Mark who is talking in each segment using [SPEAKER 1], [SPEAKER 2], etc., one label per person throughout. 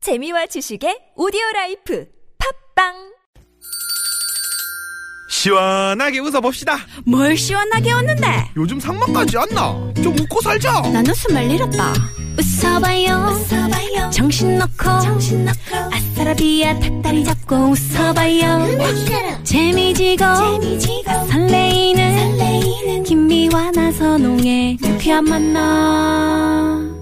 [SPEAKER 1] 재미와 지식의 오디오 라이프 팝빵
[SPEAKER 2] 시원하게 웃어봅시다.
[SPEAKER 3] 뭘 시원하게 웃는데
[SPEAKER 2] 요즘 상만까지 안 나. 좀 웃고 살자.
[SPEAKER 3] 난 웃음을 잃었다 웃어봐요, 정신 놓고 아싸라비아 닭다리 잡고 웃어봐요 재미지고, 설레이는, 김미와 나선홍의 유쾌한 만남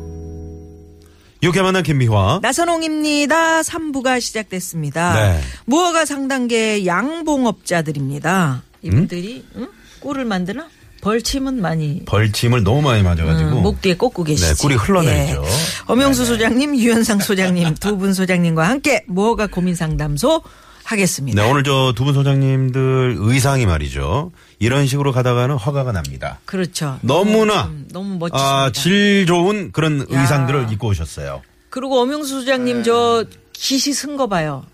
[SPEAKER 2] 유쾌만한 김미화.
[SPEAKER 4] 나선홍입니다. 3부가 시작됐습니다.
[SPEAKER 2] 네.
[SPEAKER 4] 무허가 상단계 양봉업자들입니다. 이분들이
[SPEAKER 2] 음?
[SPEAKER 4] 응? 꿀을 만드나? 벌침은 많이
[SPEAKER 2] 벌침을 너무 많이 맞아가지고.
[SPEAKER 4] 음, 목 뒤에 꽂고 계시죠. 예.
[SPEAKER 2] 네, 꿀이 흘러내리죠. 네,
[SPEAKER 4] 엄영수 소장님, 유현상 소장님 두 분 소장님과 함께 무허가 고민 상담소 하겠습니다.
[SPEAKER 2] 네, 오늘 저 두 분 소장님들 의상이 말이죠. 이런 식으로 가다가는 허가가 납니다.
[SPEAKER 4] 그렇죠.
[SPEAKER 2] 너무나
[SPEAKER 4] 음, 너무 멋지십니다.
[SPEAKER 2] 아, 질 좋은 그런
[SPEAKER 4] 야.
[SPEAKER 2] 의상들을 입고 오셨어요.
[SPEAKER 4] 그리고 엄영수 소장님
[SPEAKER 2] 네.
[SPEAKER 4] 저 기시 쓴 거 봐요.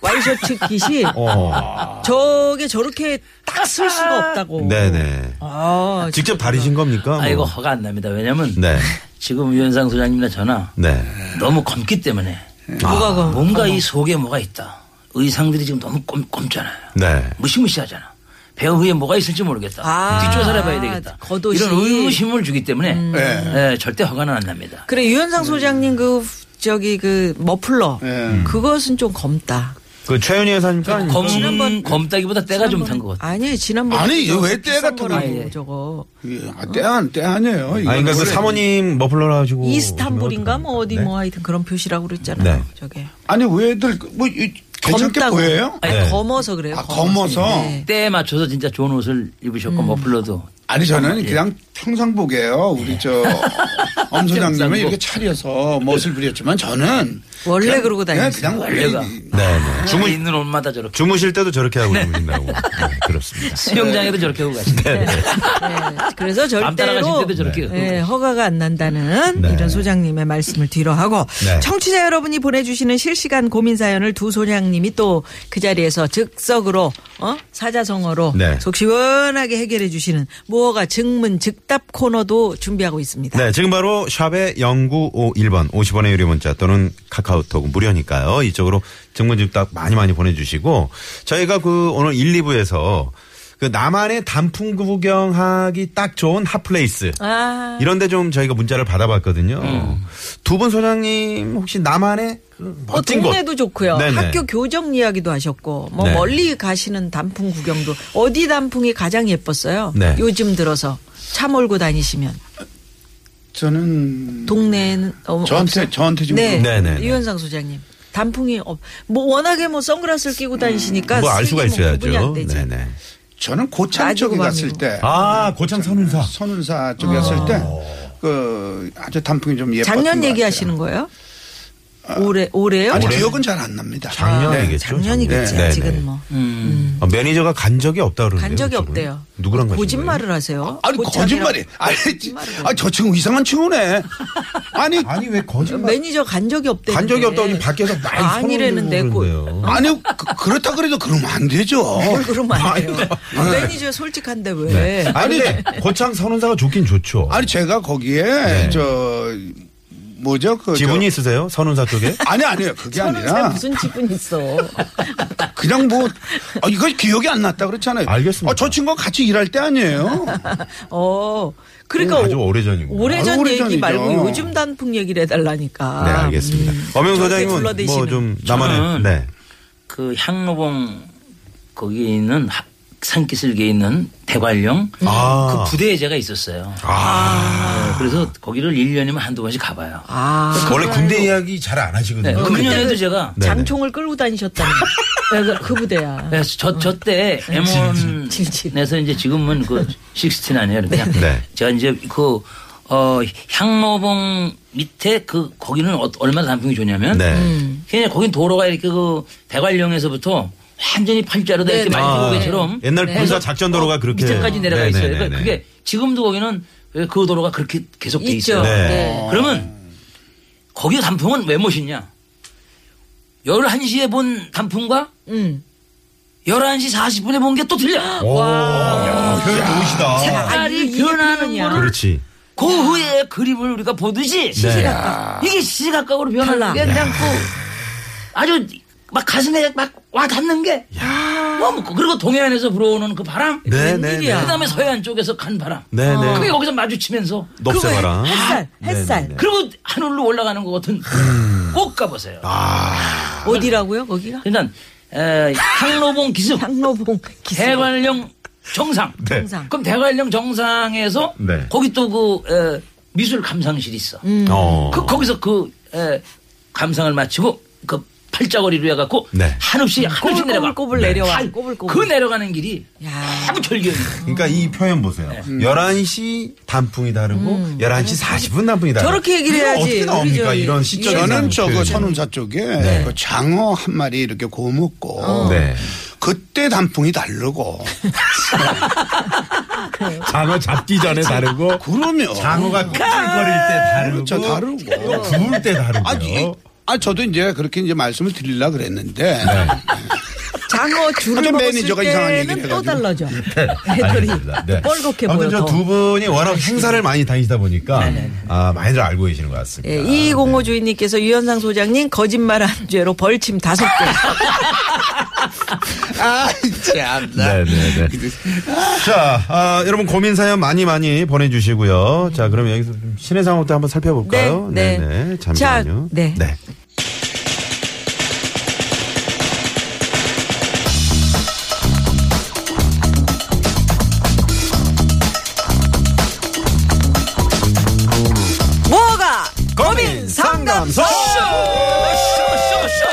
[SPEAKER 4] 와이셔츠 기시 아,
[SPEAKER 2] 어.
[SPEAKER 4] 저게 저렇게 딱 쓸 수가 없다고.
[SPEAKER 2] 아. 네네.
[SPEAKER 4] 아,
[SPEAKER 2] 직접 다리신 겁니까? 뭐.
[SPEAKER 5] 아이고 허가 안 납니다. 왜냐면
[SPEAKER 2] 네.
[SPEAKER 5] 지금 위원상 소장님이나 저나
[SPEAKER 2] 네.
[SPEAKER 5] 너무 검기 때문에
[SPEAKER 4] 뭐가 검-
[SPEAKER 5] 뭔가 이 속에 뭐가 있다. 의상들이 지금 너무 검, 검잖아요.
[SPEAKER 2] 네.
[SPEAKER 5] 무시무시하잖아. 배우 위에 뭐가 있을지 모르겠다.
[SPEAKER 4] 아,
[SPEAKER 5] 뒷조사를 해봐야 되겠다.
[SPEAKER 4] 겉옷이. 음.
[SPEAKER 5] 이런 의구심을 주기 때문에 예, 절대 허가는 안 납니다.
[SPEAKER 4] 그래
[SPEAKER 5] 음.
[SPEAKER 4] 유현상 소장님 그 저기 그 머플러
[SPEAKER 6] 예.
[SPEAKER 4] 그것은 좀 검다.
[SPEAKER 2] 그 최윤희 회사니까.
[SPEAKER 5] 검,
[SPEAKER 4] 지난번-
[SPEAKER 5] 검따기보다 때가 좀 탄 것 같아.
[SPEAKER 4] 아니 지난번
[SPEAKER 6] 아니, 이거 왜 때가
[SPEAKER 5] 뜨거워?
[SPEAKER 4] 거라고 저거
[SPEAKER 6] 예, 아, 때, 안, 때 아니에요.
[SPEAKER 2] 아, 그러니까 그 사모님 머플러 가지고.
[SPEAKER 4] 이스탄불인가 뭐 어디
[SPEAKER 2] 네.
[SPEAKER 4] 뭐 하여튼 그런 표시라고 그랬잖아요.
[SPEAKER 2] 네.
[SPEAKER 4] 저게
[SPEAKER 6] 아니, 왜들, 뭐, 이, 괜찮게
[SPEAKER 4] 검다고.
[SPEAKER 6] 보여요?
[SPEAKER 4] 아니
[SPEAKER 2] 네.
[SPEAKER 4] 검어서 네. 그래요.
[SPEAKER 6] 아, 검어서?
[SPEAKER 5] 때에 맞춰서 진짜 좋은 옷을
[SPEAKER 4] 음.
[SPEAKER 5] 입으셨고 머플러도
[SPEAKER 6] 아니,
[SPEAKER 2] 예.
[SPEAKER 6] 저는 그냥 평상복이에요. 우리 저, 엄 소장님은 이렇게 차려서 멋을 부렸지만 저는.
[SPEAKER 4] 원래
[SPEAKER 6] 그냥-
[SPEAKER 4] 그러고 다니시는
[SPEAKER 6] 예, 그냥 원래.
[SPEAKER 5] 원래가.
[SPEAKER 6] 이-
[SPEAKER 2] 네, 네.
[SPEAKER 5] 주문 아, 있는 옷마다 저렇게
[SPEAKER 2] 주무실 때도 저렇게 하고 주무신다고. 네, 그렇습니다.
[SPEAKER 5] 수영장에도 저렇게 하고 가시네. 네.
[SPEAKER 4] 네. 그래서
[SPEAKER 5] 남 따라가실
[SPEAKER 4] 절대로
[SPEAKER 5] 때도 저렇게 하고
[SPEAKER 4] 예, 허가가 안 난다는
[SPEAKER 2] 네.
[SPEAKER 4] 이런 소장님의 말씀을 뒤로 하고
[SPEAKER 2] 네.
[SPEAKER 4] 청취자 여러분이 보내주시는 실시간 고민 사연을 두 소장님이 또 그 자리에서 즉석으로 어? 사자성어로
[SPEAKER 2] 네.
[SPEAKER 4] 속 시원하게 해결해 주시는 무허가 증문 즉답 코너도 준비하고 있습니다.
[SPEAKER 2] 네, 지금 바로 샵의 0951번 50원의 유료 문자 또는 카카오톡 무료니까요. 이쪽으로 정문집답 많이 많이 보내주시고 저희가 그 오늘 1, 2부에서 그 남한의 단풍 구경하기 딱 좋은 핫플레이스
[SPEAKER 4] 아,
[SPEAKER 2] 이런데 좀 저희가 문자를 받아봤거든요. 두 분 소장님 혹시 남한의 그
[SPEAKER 4] 음. 어,
[SPEAKER 2] 멋진 곳
[SPEAKER 4] 동네도 좋고요.
[SPEAKER 2] 네네.
[SPEAKER 4] 학교 교정 이야기도 하셨고, 뭐
[SPEAKER 2] 네.
[SPEAKER 4] 멀리 가시는 단풍 구경도 어디 단풍이 가장 예뻤어요?
[SPEAKER 2] 네.
[SPEAKER 4] 요즘 들어서 차 몰고 다니시면
[SPEAKER 6] 저는.
[SPEAKER 4] 동네는 어,
[SPEAKER 6] 저한테, 저한테 지금.
[SPEAKER 4] 네.
[SPEAKER 2] 네, 네, 네.
[SPEAKER 4] 유현상 소장님. 단풍이 없. 뭐 워낙에 뭐 선글라스를 끼고 다니시니까
[SPEAKER 2] 뭐 알 수가
[SPEAKER 4] 쓰기 뭐 구분이 안
[SPEAKER 2] 있어야죠.
[SPEAKER 4] 되지.
[SPEAKER 2] 네네.
[SPEAKER 6] 저는 고창 쪽에
[SPEAKER 4] 라지고
[SPEAKER 6] 갔을
[SPEAKER 4] 밤이고.
[SPEAKER 6] 때.
[SPEAKER 2] 아 고창 선운사.
[SPEAKER 6] 선운사 쪽이었을 때. 그, 아주 단풍이 좀 예뻤던
[SPEAKER 4] 작년
[SPEAKER 6] 것
[SPEAKER 4] 얘기하시는
[SPEAKER 6] 같아요.
[SPEAKER 4] 거예요? 올해 올해요?
[SPEAKER 6] 네. 아, 아니, 네. 기억은 잘 안 납니다.
[SPEAKER 2] 작년이겠죠.
[SPEAKER 4] 작년이겠지.
[SPEAKER 2] 네, 네, 네.
[SPEAKER 4] 지금 뭐 간
[SPEAKER 2] 아, 매니저가 간 적이 없다 그러는데
[SPEAKER 4] 적이 없대요.
[SPEAKER 2] 누구랑 가신 거예요?
[SPEAKER 4] 거짓말을 하세요?
[SPEAKER 6] 아니,
[SPEAKER 4] 고참이랑
[SPEAKER 6] 거짓말이. 아니, 아, 저 친구 이상한 친구네. 아니,
[SPEAKER 2] 아니 왜 거짓말?
[SPEAKER 4] 매니저 간 적이 없대.
[SPEAKER 2] 간 적이 없다고 지금 밖에서 많이
[SPEAKER 4] 아니래는데
[SPEAKER 2] 선언을
[SPEAKER 4] 꼴.
[SPEAKER 2] 그러는데요.
[SPEAKER 6] 아니 그, 그렇다 그래도 그러면 안 되죠.
[SPEAKER 4] 그러면 안 돼요.
[SPEAKER 6] 아, 네.
[SPEAKER 4] 매니저 솔직한데 왜?
[SPEAKER 2] 네. 아니 근데 고창 선운사가 좋긴 좋죠.
[SPEAKER 6] 아니 제가 거기에 저 뭐죠 그
[SPEAKER 2] 네. 지분이
[SPEAKER 6] 저-
[SPEAKER 2] 있으세요? 선운사 쪽에?
[SPEAKER 6] 아니 아니에요 그게
[SPEAKER 4] 선운사에
[SPEAKER 6] 아니라
[SPEAKER 4] 무슨 집은 있어?
[SPEAKER 6] 그냥 뭐 아, 이거 기억이 안 났다 그랬잖아요.
[SPEAKER 2] 알겠습니다.
[SPEAKER 6] 아, 저 친구 가 같이 일할 때 아니에요.
[SPEAKER 4] 어, 그러니까
[SPEAKER 2] 음, 아주 오래전이고.
[SPEAKER 4] 오래전
[SPEAKER 6] 아유,
[SPEAKER 4] 얘기
[SPEAKER 6] 오래전이죠.
[SPEAKER 4] 말고 요즘 단풍 얘기를 해달라니까. 음,
[SPEAKER 2] 네 알겠습니다. 엄영
[SPEAKER 4] 아, 저렇게
[SPEAKER 2] 소장님은
[SPEAKER 4] 둘러대시는.
[SPEAKER 2] 뭐 좀 나만의
[SPEAKER 5] 저는
[SPEAKER 2] 네.
[SPEAKER 5] 그 향로봉 거기에 있는 학- 산기슭에 있는 대관령
[SPEAKER 2] 아.
[SPEAKER 5] 그 부대에 제가 있었어요. 네, 그래서 거기를 1년이면 한두 번씩 가봐요.
[SPEAKER 4] 아,
[SPEAKER 2] 원래 군대 이야기 잘 안
[SPEAKER 5] 그 네,
[SPEAKER 2] 하시거든요.
[SPEAKER 5] 금년에도 제가
[SPEAKER 2] 네네.
[SPEAKER 4] 장총을 끌고 다니셨다는 네, 그, 그 부대야.
[SPEAKER 5] 네, 저, 저 때,
[SPEAKER 2] 음.
[SPEAKER 4] 진진.
[SPEAKER 5] M1에서 이제 지금은 그, 16 아니에요. 그냥.
[SPEAKER 2] 네.
[SPEAKER 5] 제가 이제 그, 어, 향로봉 밑에 그, 거기는 어- 얼마나 단풍이 좋냐면.
[SPEAKER 2] 네.
[SPEAKER 5] 그냥 거긴 도로가 이렇게 그, 대관령에서부터 완전히 팔자로 다 이렇게
[SPEAKER 4] 네,
[SPEAKER 5] 말이
[SPEAKER 2] 아,
[SPEAKER 5] 고개처럼
[SPEAKER 2] 옛날 군사 작전 도로가
[SPEAKER 4] 어,
[SPEAKER 2] 그렇게
[SPEAKER 5] 밑에까지 내려가
[SPEAKER 2] 네네네네.
[SPEAKER 5] 있어요. 그러니까 그게 지금도 거기는 그 도로가 그렇게 계속 돼
[SPEAKER 4] 있죠.
[SPEAKER 5] 있어요.
[SPEAKER 2] 네.
[SPEAKER 5] 그러면 거기 단풍은 왜 멋있냐? 11시에 본 단풍과
[SPEAKER 4] 음.
[SPEAKER 5] 11시 40분에 본 게 또 틀려.
[SPEAKER 2] 네. 오, 야, 효율 좋으시다.
[SPEAKER 4] 아니,
[SPEAKER 5] 색깔이
[SPEAKER 4] 이게
[SPEAKER 5] 변하는
[SPEAKER 4] 표현이야.
[SPEAKER 5] 거를
[SPEAKER 2] 그렇지.
[SPEAKER 5] 그 후에 그림을 우리가 보듯이
[SPEAKER 2] 네. 시시각각.
[SPEAKER 5] 이게 시시각각으로 변하는
[SPEAKER 4] 달라.
[SPEAKER 5] 게 그냥 그 아주 막 가슴에 막 와 닿는 게 너무 커. 그리고 동해안에서 불어오는 그 바람
[SPEAKER 2] 네, 네, 네.
[SPEAKER 4] 웬일이야.
[SPEAKER 5] 그다음에 서해안 쪽에서 간 바람
[SPEAKER 2] 네, 네.
[SPEAKER 5] 그게 거기서 마주치면서
[SPEAKER 4] 그거
[SPEAKER 2] 넙새바람.
[SPEAKER 4] 햇살, 햇살.
[SPEAKER 2] 네, 네, 네.
[SPEAKER 5] 그리고 하늘로 올라가는 것 같은 꼭 가보세요.
[SPEAKER 2] 아.
[SPEAKER 4] 어디라고요, 거기가?
[SPEAKER 5] 일단 에, 항로봉 기슭
[SPEAKER 4] 향로봉 기습.
[SPEAKER 5] 대관령 정상.
[SPEAKER 2] 네.
[SPEAKER 4] 정상.
[SPEAKER 5] 그럼 대관령 정상에서
[SPEAKER 2] 네.
[SPEAKER 5] 거기 또 그 미술 감상실 있어.
[SPEAKER 4] 음.
[SPEAKER 2] 어.
[SPEAKER 5] 그 거기서 그 에, 감상을 마치고 그 팔자거리로 해갖고
[SPEAKER 2] 네.
[SPEAKER 5] 한없이 한없이 내려가.
[SPEAKER 4] 음, 꼬불꼬불 내려와.
[SPEAKER 5] 아이,
[SPEAKER 4] 꼬불꼬불.
[SPEAKER 5] 그 내려가는 길이
[SPEAKER 4] 야.
[SPEAKER 5] 아무 절경이.
[SPEAKER 2] 그러니까 이 표현 보세요.
[SPEAKER 4] 네. 음.
[SPEAKER 2] 11시 단풍이 다르고 11시 40분 단풍이 다르고.
[SPEAKER 4] 저렇게 얘기를
[SPEAKER 2] 이거
[SPEAKER 4] 해야지. 그
[SPEAKER 2] 어떻게 나옵니까?
[SPEAKER 4] 우리
[SPEAKER 2] 이런
[SPEAKER 4] 저기
[SPEAKER 2] 시점.
[SPEAKER 6] 저는 저거 선운사 쪽에 그 장어 한 마리 이렇게 구워 먹고
[SPEAKER 4] 음.
[SPEAKER 2] 네.
[SPEAKER 6] 그때 단풍이 다르고
[SPEAKER 2] 장어 잡기 전에 다르고
[SPEAKER 6] 그러면
[SPEAKER 2] 장어가 꿀꿀거릴 때 다르고
[SPEAKER 6] 그렇죠, 다르고.
[SPEAKER 2] 또 구울 때 다르고.
[SPEAKER 6] 아, 이- 아 저도 이제 그렇게 이제 말씀을 드리려 그랬는데
[SPEAKER 2] 네.
[SPEAKER 4] 장어
[SPEAKER 6] 하여튼
[SPEAKER 4] 줄을 먹었을
[SPEAKER 6] 매니저가 이상한 얘기를
[SPEAKER 4] 때는 또
[SPEAKER 6] 해가지고.
[SPEAKER 4] 달라져.
[SPEAKER 2] 예. 네,
[SPEAKER 4] 애들이 뻘겋게 보여. 더.
[SPEAKER 2] 저두 분이 워낙 행사를 많이 다니다 보니까 아, 많이들 알고 계시는 것 같습니다.
[SPEAKER 4] 네. 예, 2205 주인님께서 유현상 소장님 거짓말한 죄로 벌침 다섯 개.
[SPEAKER 6] 아 참나
[SPEAKER 2] 네네네. 자, 아, 여러분 고민 사연 많이 많이 보내주시고요. 자, 그럼 여기서 좀 신의 상황부터 한번 살펴볼까요?
[SPEAKER 4] 네, 네.
[SPEAKER 2] 잠시만요.
[SPEAKER 4] 자, 네. 뭐가 고민 상담소. 어서 오십시오.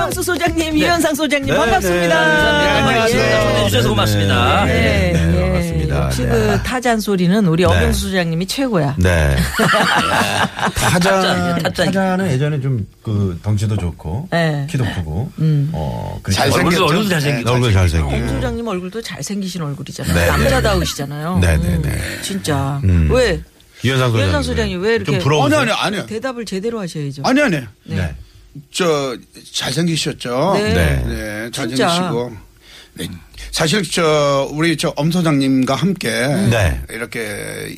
[SPEAKER 4] 명수 소장님, 유현상 소장님
[SPEAKER 2] 네,
[SPEAKER 4] 반갑습니다.
[SPEAKER 2] 네, 안녕하세요.
[SPEAKER 4] 예.
[SPEAKER 5] 보내주셔서 고맙습니다.
[SPEAKER 2] 네, 네, 네,
[SPEAKER 4] 예.
[SPEAKER 2] 반갑습니다.
[SPEAKER 4] 역시
[SPEAKER 2] 네.
[SPEAKER 4] 그 타잔 소리는 우리
[SPEAKER 2] 네.
[SPEAKER 4] 어명수 소장님이 최고야.
[SPEAKER 2] 네.
[SPEAKER 5] 타짜,
[SPEAKER 2] 타자,
[SPEAKER 5] 타짜.
[SPEAKER 2] 타자는 예전에 좀 그 덩치도 좋고
[SPEAKER 4] 네. 음.
[SPEAKER 2] 키도 크고 어 그리고
[SPEAKER 6] 잘생겼죠
[SPEAKER 5] 얼굴도- 얼굴도 잘생기고.
[SPEAKER 6] 네,
[SPEAKER 2] 얼굴
[SPEAKER 4] 명수
[SPEAKER 2] 잘생기고
[SPEAKER 4] 소장님 얼굴도 잘생기신 얼굴이잖아요.
[SPEAKER 2] 네, 네,
[SPEAKER 4] 남자다우시잖아요.
[SPEAKER 2] 네, 네,
[SPEAKER 4] 음,
[SPEAKER 2] 네.
[SPEAKER 4] 진짜.
[SPEAKER 2] 음.
[SPEAKER 4] 왜?
[SPEAKER 2] 유현상 소장님
[SPEAKER 4] 유현상 소장님 왜 이렇게-
[SPEAKER 2] 좀 부러워?
[SPEAKER 6] 아니 아니 아니
[SPEAKER 4] 대답을 제대로 하셔야죠.
[SPEAKER 6] 아니 아니
[SPEAKER 2] 네.
[SPEAKER 6] 저 잘생기셨죠
[SPEAKER 4] 네.
[SPEAKER 2] 네.
[SPEAKER 6] 네,
[SPEAKER 4] 진짜.
[SPEAKER 6] 잘생기시고. 네. 사실 저 우리 저 엄 소장님과 함께
[SPEAKER 4] 음.
[SPEAKER 2] 네.
[SPEAKER 6] 이렇게